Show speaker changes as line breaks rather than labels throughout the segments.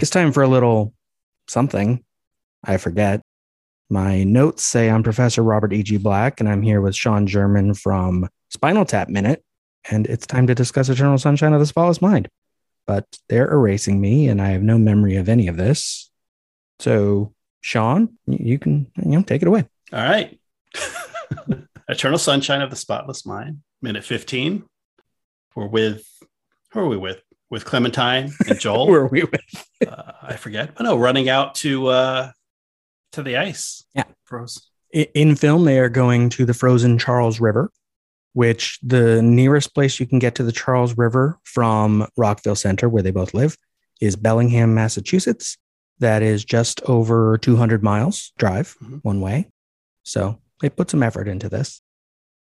It's time for a little something. I forget. My notes say I'm Professor Robert E.G. Black, and I'm here with Sean German from Spinal Tap Minute. And it's time to discuss Eternal Sunshine of the Spotless Mind. But they're erasing me, and I have no memory of any of this. So, Sean, you can you know, take it away.
All right. Eternal Sunshine of the Spotless Mind, minute 15. We're with, who are we with? With Clementine and Joel.
Who are we with?
uh, I forget. But no, running out to uh to the ice.
Yeah.
Froze.
I- In film, they are going to the frozen Charles River, which the nearest place you can get to the Charles River from Rockville Center, where they both live, is Bellingham, Massachusetts. That is just over 200 miles drive
Mhm.
one way. So they put some effort into this.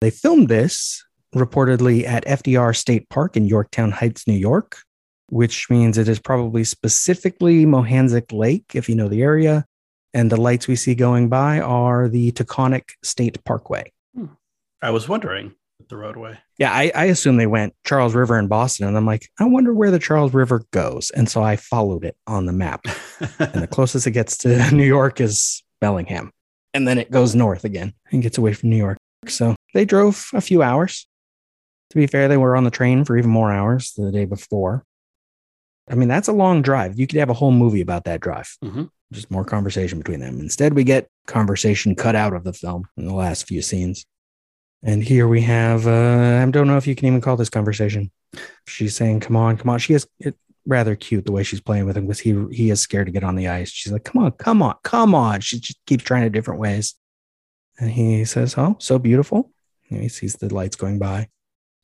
They filmed this reportedly at FDR State Park in Yorktown Heights, New York, which means it is probably specifically Mohansic Lake, if you know the area. And the lights we see going by are the Taconic State Parkway.
I was wondering the roadway.
Yeah, I, I assume they went Charles River in Boston. And I'm like, I wonder where the Charles River goes. And so I followed it on the map. And the closest it gets to New York is Bellingham. And then it goes north again and gets away from New York. So they drove a few hours. To be fair, they were on the train for even more hours the day before. I mean, that's a long drive. You could have a whole movie about that drive.
Mhm.
Just more conversation between them. Instead, we get conversation cut out of the film in the last few scenes. And here we have, uh, I don't know if you can even call this conversation. She's saying, come on, come on. She is it, rather cute the way she's playing with him because he, he is scared to get on the ice. She's like, come on, come on, come on. She just keeps trying it different ways. And he says, oh, so beautiful. And he sees the lights going by.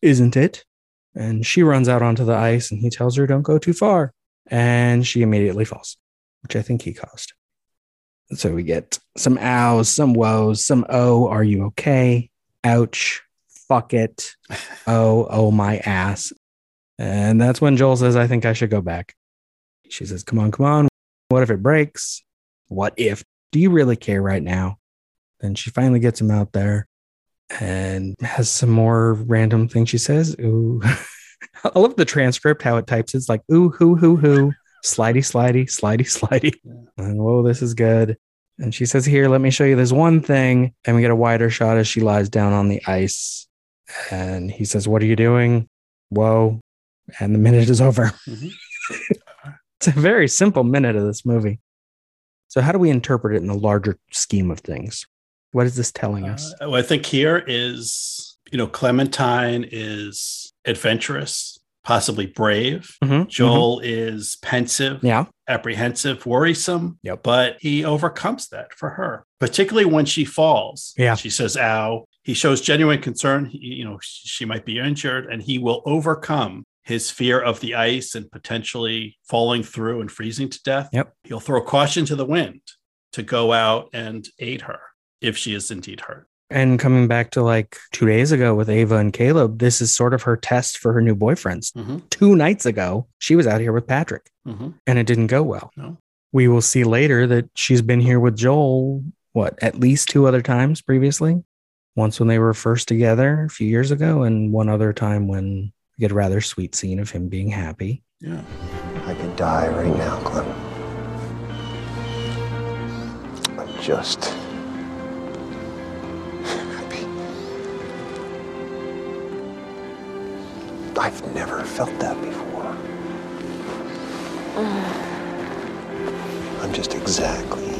Isn't it? And she runs out onto the ice and he tells her, don't go too far. And she immediately falls, which I think he caused. So we get some ows, some woes, some oh, are you okay? ouch, fuck it, oh, oh my ass. And that's when Joel says, I think I should go back. She says, Come on, come on. What if it breaks? What if? Do you really care right now? Then she finally gets him out there and has some more random thing she says. Ooh. I love the transcript, how it types. It's like, ooh, hoo, hoo, hoo, slidey, slidey, slidey, slidey. And whoa, this is good. And she says, Here, let me show you this one thing. And we get a wider shot as she lies down on the ice. And he says, What are you doing? Whoa. And the minute is over.
Mhm.
It's a very simple minute of this movie. So, how do we interpret it in the larger scheme of things? What is this telling us?
Uh, well, I think here is, you know, Clementine is adventurous, possibly brave.
Mhm,
Joel is pensive,
mhm. Yeah.
apprehensive, worrisome.
Yep.
But he overcomes that for her, particularly when she falls.
Yeah.
She says, ow. He shows genuine concern. He, you know, sh- she might be injured, and he will overcome his fear of the ice and potentially falling through and freezing to death.
Yep.
He'll throw caution to the wind to go out and aid her if she is indeed hurt.
And coming back to like two days ago with Ava and Caleb, this is sort of her test for her new boyfriends.
Mm-hmm.
Two nights ago, she was out here with Patrick.
Mm-hmm.
and it didn't go well.
No.
We will see later that she's been here with Joel, what, at least two other times previously? Once when they were first together a few years ago, and one other time when we get a rather sweet scene of him being happy.
Yeah.
I could die right now, Clem. I'm just happy. I've never felt that before. I'm just exactly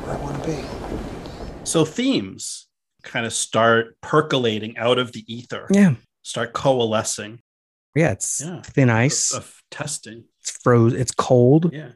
where I want to be.
So themes kind of start percolating out of the ether,
Yeah.
start coalescing
Yeah. It's
Yeah. Uh,
thin ice.
of, of testing.
It's froze. It's cold.
Yeah.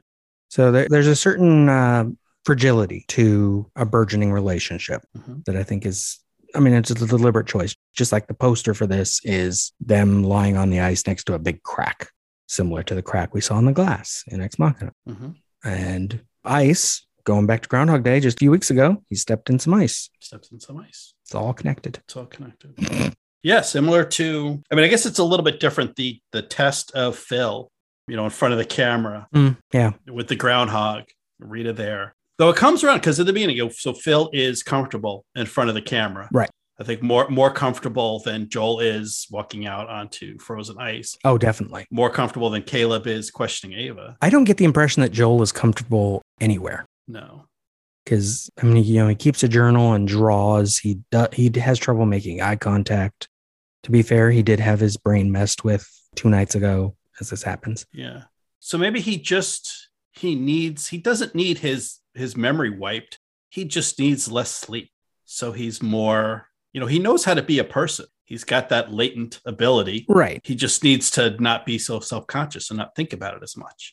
So there, there's a certain uh, fragility to a burgeoning relationship
Mhm.
that I think is, I mean, it's a deliberate choice. Just like the poster for this is them lying on the ice next to a big crack, similar to the crack we saw in the glass in Ex Machina.
Mm-hmm.
And ice, going back to Groundhog Day just a few weeks ago, he stepped in some ice.
Steps in some ice.
It's all connected.
It's all connected. yeah, similar to. I mean, I guess it's a little bit different. The the test of Phil, you know, in front of the camera
Mm, yeah.
with the groundhog, Rita there. Though it comes around because at the beginning, you know, so Phil is comfortable in front of the camera,
Right.
I think more more comfortable than Joel is walking out onto frozen ice.
Oh, definitely.
More comfortable than Caleb is questioning Ava.
I don't get the impression that Joel is comfortable anywhere
No.
because I mean, you know, he keeps a journal and draws. He do, he has trouble making eye contact. To be fair, he did have his brain messed with two nights ago as this happens.
Yeah. So maybe he just he needs he doesn't need his his memory wiped. He just needs less sleep. So he's more, you know, he knows how to be a person. He's got that latent ability.
Right.
He just needs to not be so self-conscious and not think about it as much.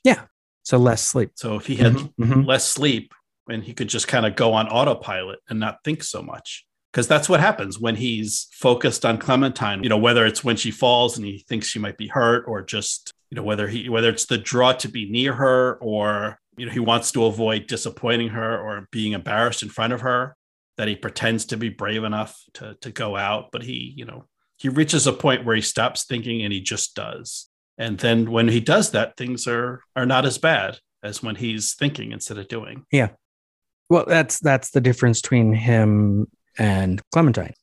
So less sleep.
So if he had
Mhm, mhm.
less sleep and he could just kind of go on autopilot and not think so much because that's what happens when he's focused on clementine you know whether it's when she falls and he thinks she might be hurt or just you know whether he whether it's the draw to be near her or you know he wants to avoid disappointing her or being embarrassed in front of her that he pretends to be brave enough to to go out but he you know he reaches a point where he stops thinking and he just does and then when he does that things are are not as bad as when he's thinking instead of doing
Well, that's that's the difference between him and Clementine.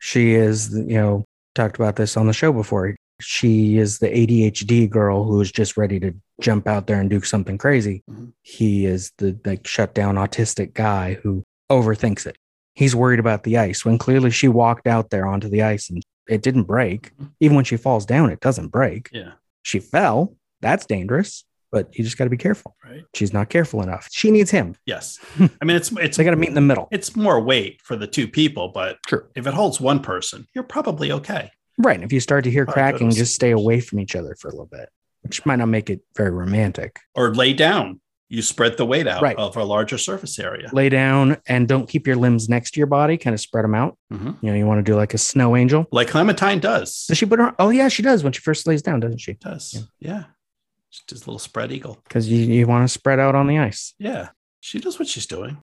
She is, you know, talked about this on the show before. She is the ADHD girl who is just ready to jump out there and do something crazy.
Mhm.
He is the like shut down autistic guy who overthinks it. He's worried about the ice when clearly she walked out there onto the ice and it didn't break.
Mhm.
Even when she falls down, it doesn't break.
Yeah.
She fell. That's dangerous, but you just got to be careful.
right
She's not careful enough. She needs him.
yes i mean it's it's
They got to meet in the middle.
it's more weight for the two people but
True.
if it holds one person you're probably okay
Right. and If you start to hear
Alright,
cracking,
those-
just stay away from each other for a little bit, which might not make it very romantic.
or lay down you spread the weight out
Right.
of a larger surface area
Lay down and don't keep your limbs next to your body, kind of spread them out.
Mhm.
You know, you want to do like a snow angel.
like clementine does
Does she put her? Oh, yeah, she does when she first lays down, doesn't she?
does yeah, she does a little spread eagle
Because you, you want to spread out on the ice.
yeah she does what she's doing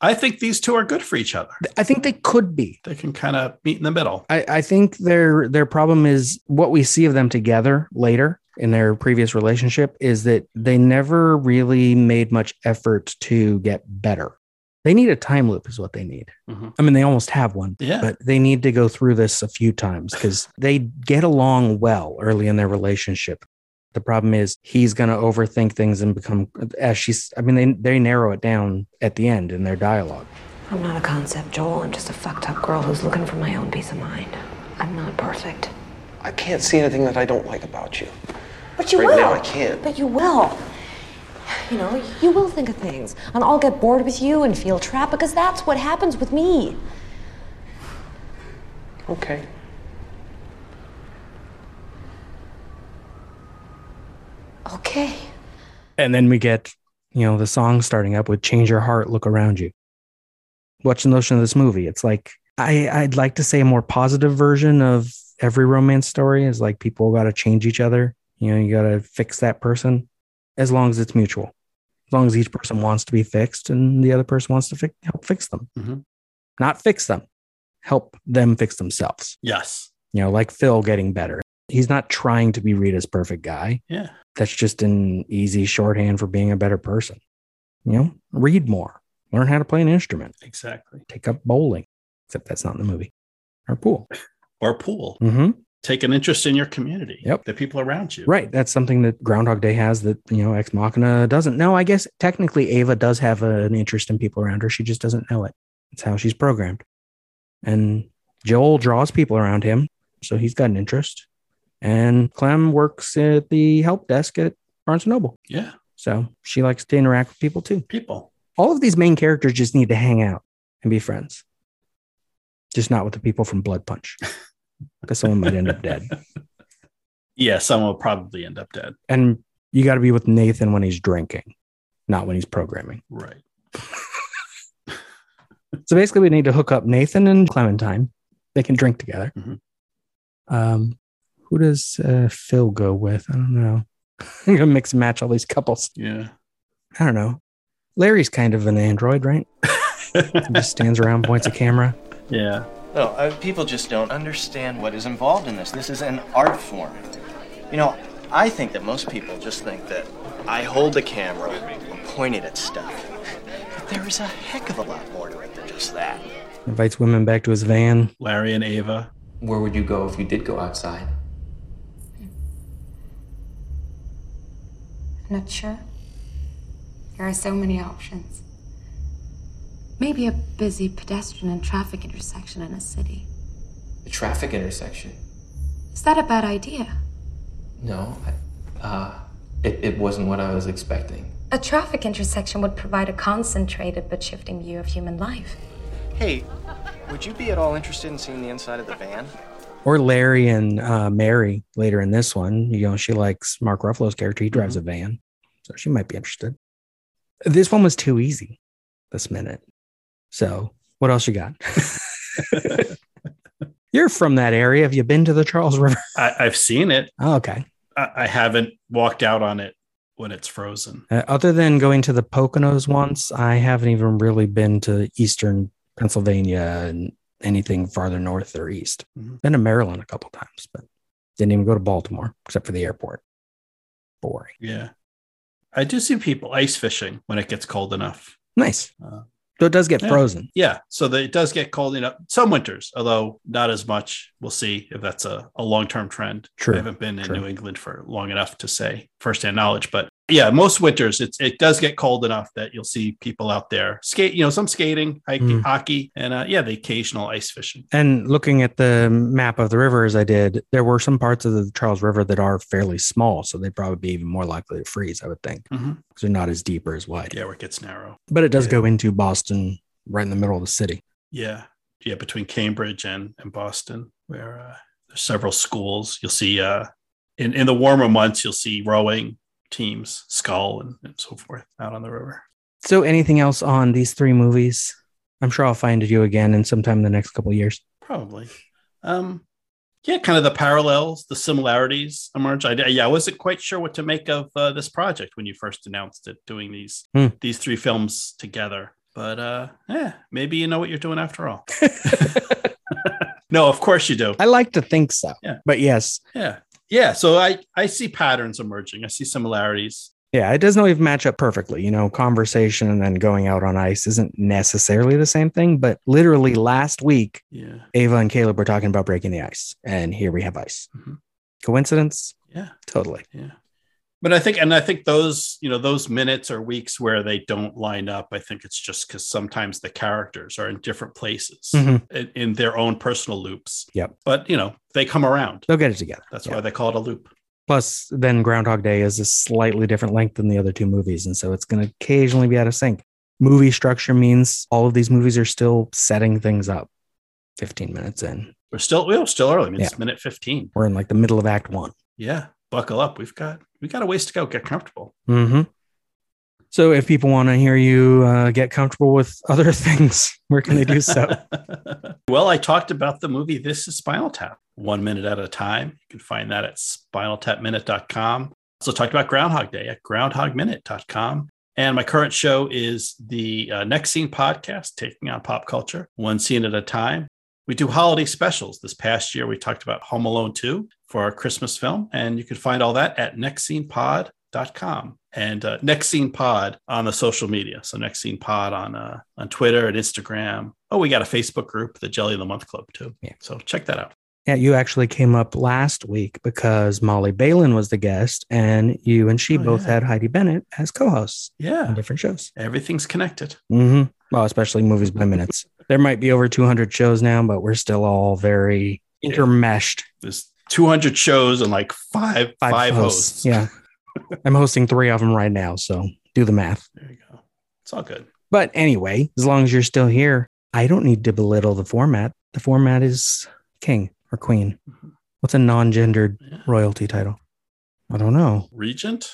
i think these two are good for each other
Th- I think they could be.
they can kind of meet in the middle
I, I think their their problem is what we see of them together later in their previous relationship is that they never really made much effort to get better. They need a time loop, is what they need.
Mhm.
I mean, they almost have one.
yeah
but they need to go through this a few times because they get along well early in their relationship. The problem is he's going to overthink things and become, as she's, I mean, they, they narrow it down at the end in their dialogue.
I'm not a concept, Joel. I'm just a fucked up girl who's looking for my own peace of mind. I'm not perfect.
I can't see anything that I don't like about you.
But you
Right
will.
now, I can't.
But you will. You know, you will think of things, and I'll get bored with you and feel trapped because that's what happens with me.
Okay.
Okay.
And then we get, you know, the song starting up with Change Your Heart, Look Around You. What's the notion of this movie? It's like, I, I'd like to say a more positive version of every romance story is like people got to change each other. You know, you got to fix that person as long as it's mutual, as long as each person wants to be fixed and the other person wants to fi- help fix them.
Mhm.
Not fix them, help them fix themselves.
yes
You know, like Phil getting better. He's not trying to be Rita's perfect guy
yeah
that's just an easy shorthand for being a better person. You know, read more, learn how to play an instrument,
exactly
take up bowling, except that's not in the movie, or pool.
or pool
hmm
take an interest in your community
Yep.
the people around you
Right. That's something that Groundhog Day has that, you know, Ex Machina doesn't. No, I guess technically Ava does have a- an interest in people around her. She just doesn't know it. It's how she's programmed. And Joel draws people around him. So he's got an interest. And Clem works at the help desk at Barnes and Noble.
yeah
So she likes to interact with people too.
people
all of these main characters just need to hang out and be friends. Just not with the people from Blood Punch, because someone might end up dead.
Yeah, someone will probably end up dead.
And you got to be with Nathan when he's drinking, not when he's programming.
Right.
So basically, we need to hook up Nathan and Clementine. They can drink together.
Mhm.
Um, who does uh, Phil go with? I don't know. I'm gonna mix and match all these couples.
Yeah.
I don't know. Larry's kind of an android, right? He just stands around, points a camera.
yeah.
No, uh, people just don't understand what is involved in this. This is an art form. You know, I think that most people just think that I hold the camera and point it at stuff. But there is a heck of a lot more to it than just that.
Invites women back to his van.
Larry and Ava.
Where would you go if you did go outside?
I'm not sure. There are so many options. Maybe a busy pedestrian and traffic intersection in a city.
A traffic intersection?
Is that a bad idea?
No, I, uh, it, it wasn't what I was expecting.
A traffic intersection would provide a concentrated but shifting view of human life.
Hey, would you be at all interested in seeing the inside of the van?
Or Larry and uh, Mary later in this one. You know, she likes Mark Ruffalo's character. He drives a van. So she might be interested. This one was too easy this minute. So what else you got? You're from that area. Have you been to the Charles River?
I, I've seen it.
Oh, okay.
I, I haven't walked out on it when it's frozen.
Uh, other than going to the Poconos once, I haven't even really been to Eastern Pennsylvania and anything farther north or east.
Mhm.
Been to Maryland a couple times, but didn't even go to Baltimore except for the airport. Boring.
Yeah. I do see people ice fishing when it gets cold enough.
Nice.
Uh,
So it does get
Yeah.
frozen.
Yeah. So that it does get cold enough some winters, although not as much. We'll see if that's a, a long term trend.
True.
I haven't been in
True.
New England for long enough to say firsthand knowledge, but yeah, most winters it's it does get cold enough that you'll see people out there skate, you know, some skating, hiking,
Mm.
hockey, and uh, yeah, the occasional ice fishing.
And looking at the map of the river as I did, there were some parts of the Charles River that are fairly small. So they'd probably be even more likely to freeze, I would think, because
Mhm.
they're not as deep or as wide.
Yeah, where it gets narrow.
But it does
Yeah.
go into Boston right in the middle of the city.
Yeah. Yeah. Between Cambridge and, and Boston, where uh, there's several schools. You'll see uh, in, in the warmer months, you'll see rowing teams, skull and, and so forth out on the river.
So, anything else on these three movies? I'm sure I'll find you again in sometime in the next couple of years.
Probably. Um, yeah, kind of the parallels, the similarities emerge. I, yeah, I wasn't quite sure what to make of uh, this project when you first announced it, doing these
Hmm.
these three films together. But uh, yeah, maybe you know what you're doing after all. no, of course you do.
I like to think so.
Yeah.
But yes,
Yeah. Yeah. So I, I see patterns emerging. I see similarities.
yeah, it doesn't always match up perfectly. You know, conversation and then going out on ice isn't necessarily the same thing. But literally last week,
Yeah.
Ava and Caleb were talking about breaking the ice, and here we have ice.
Mhm.
Coincidence?
Yeah.
Totally.
Yeah. But I think, and I think those, you know, those minutes or weeks where they don't line up, I think it's just because sometimes the characters are in different places
Mhm.
in, in their own personal loops.
Yep.
But, you know, they come around.
They'll get it together.
That's
Yeah.
why they call it a loop.
Plus, then Groundhog Day is a slightly different length than the other two movies. And so it's going to occasionally be out of sync. Movie structure means all of these movies are still setting things up 15 minutes in.
We're still, we're still early. I mean,
Yeah.
it's minute 15.
We're in like the middle of Act One.
Yeah. Buckle up. We've got, we got a ways to go. Get comfortable.
hmm So if people want to hear you uh, get comfortable with other things, where can they do so?
well, I talked about the movie This is Spinal Tap, one minute at a time. You can find that at spinaltapminute.com. Also talked about Groundhog Day at groundhogminute.com. And my current show is the uh, Next Scene podcast, taking on pop culture, one scene at a time. We do holiday specials. This past year, we talked about Home Alone 2 for our Christmas film, and you can find all that at nextscenepod.com and uh, Next Scene Pod on the social media. So Next Scene Pod on uh, on Twitter and Instagram. Oh, we got a Facebook group, the Jelly of the Month Club, too.
Yeah.
So check that out.
Yeah, you actually came up last week because Molly Balin was the guest, and you and she
Oh,
both
yeah.
had Heidi Bennett as co-hosts on
Yeah,
different shows.
everything's connected.
hmm Well, especially movies by minutes. There might be over 200 shows now, but we're still all very
Yeah.
intermeshed.
There's 200 shows and like five five hosts.
Yeah. I'm hosting three of them right now. So do the math.
There you go. It's all good.
But anyway, as long as you're still here, I don't need to belittle the format. The format is king or queen.
Mhm.
What's a non gendered
Yeah.
royalty title? I don't know.
Regent?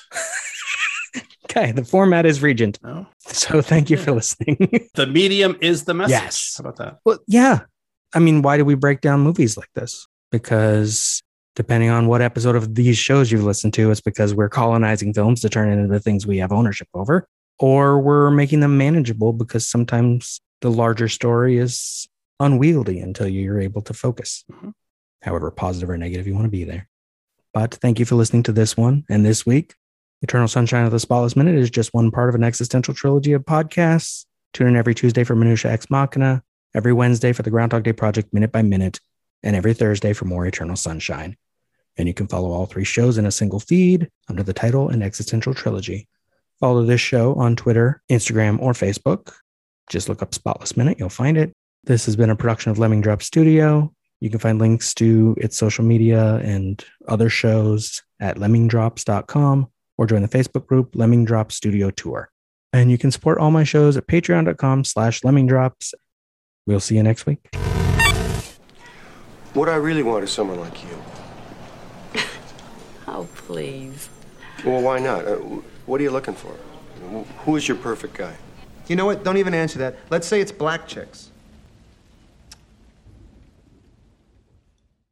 Okay. The format is regent.
No.
So thank you for
Yeah.
listening.
The medium is the message.
Yes.
How about that?
well, yeah. I mean, why do we break down movies like this? Because depending on what episode of these shows you've listened to, it's because we're colonizing films to turn it into things we have ownership over, or we're making them manageable because sometimes the larger story is unwieldy until you're able to focus.
Mhm.
However, positive or negative you want to be there. But thank you for listening to this one and this week. Eternal Sunshine of the Spotless Minute is just one part of an existential trilogy of podcasts. Tune in every Tuesday for Minutia Ex Machina. every Wednesday for the Groundhog Day Project Minute by Minute, and every Thursday for More Eternal Sunshine. And you can follow all three shows in a single feed under the title and existential trilogy. Follow this show on Twitter, Instagram, or Facebook. Just look up Spotless Minute, you'll find it. This has been a production of Lemming Drop Studio. You can find links to its social media and other shows at lemmingdrops.com or join the Facebook group Lemming Drop Studio Tour. And you can support all my shows at patreon.com slash lemmingdrops. We'll see you next week.
What I really want is someone like you.
Oh, please.
Well, why not? Uh, wh- what are you looking for? Wh- Who is your perfect guy?
You know what? Don't even answer that. Let's say it's black chicks.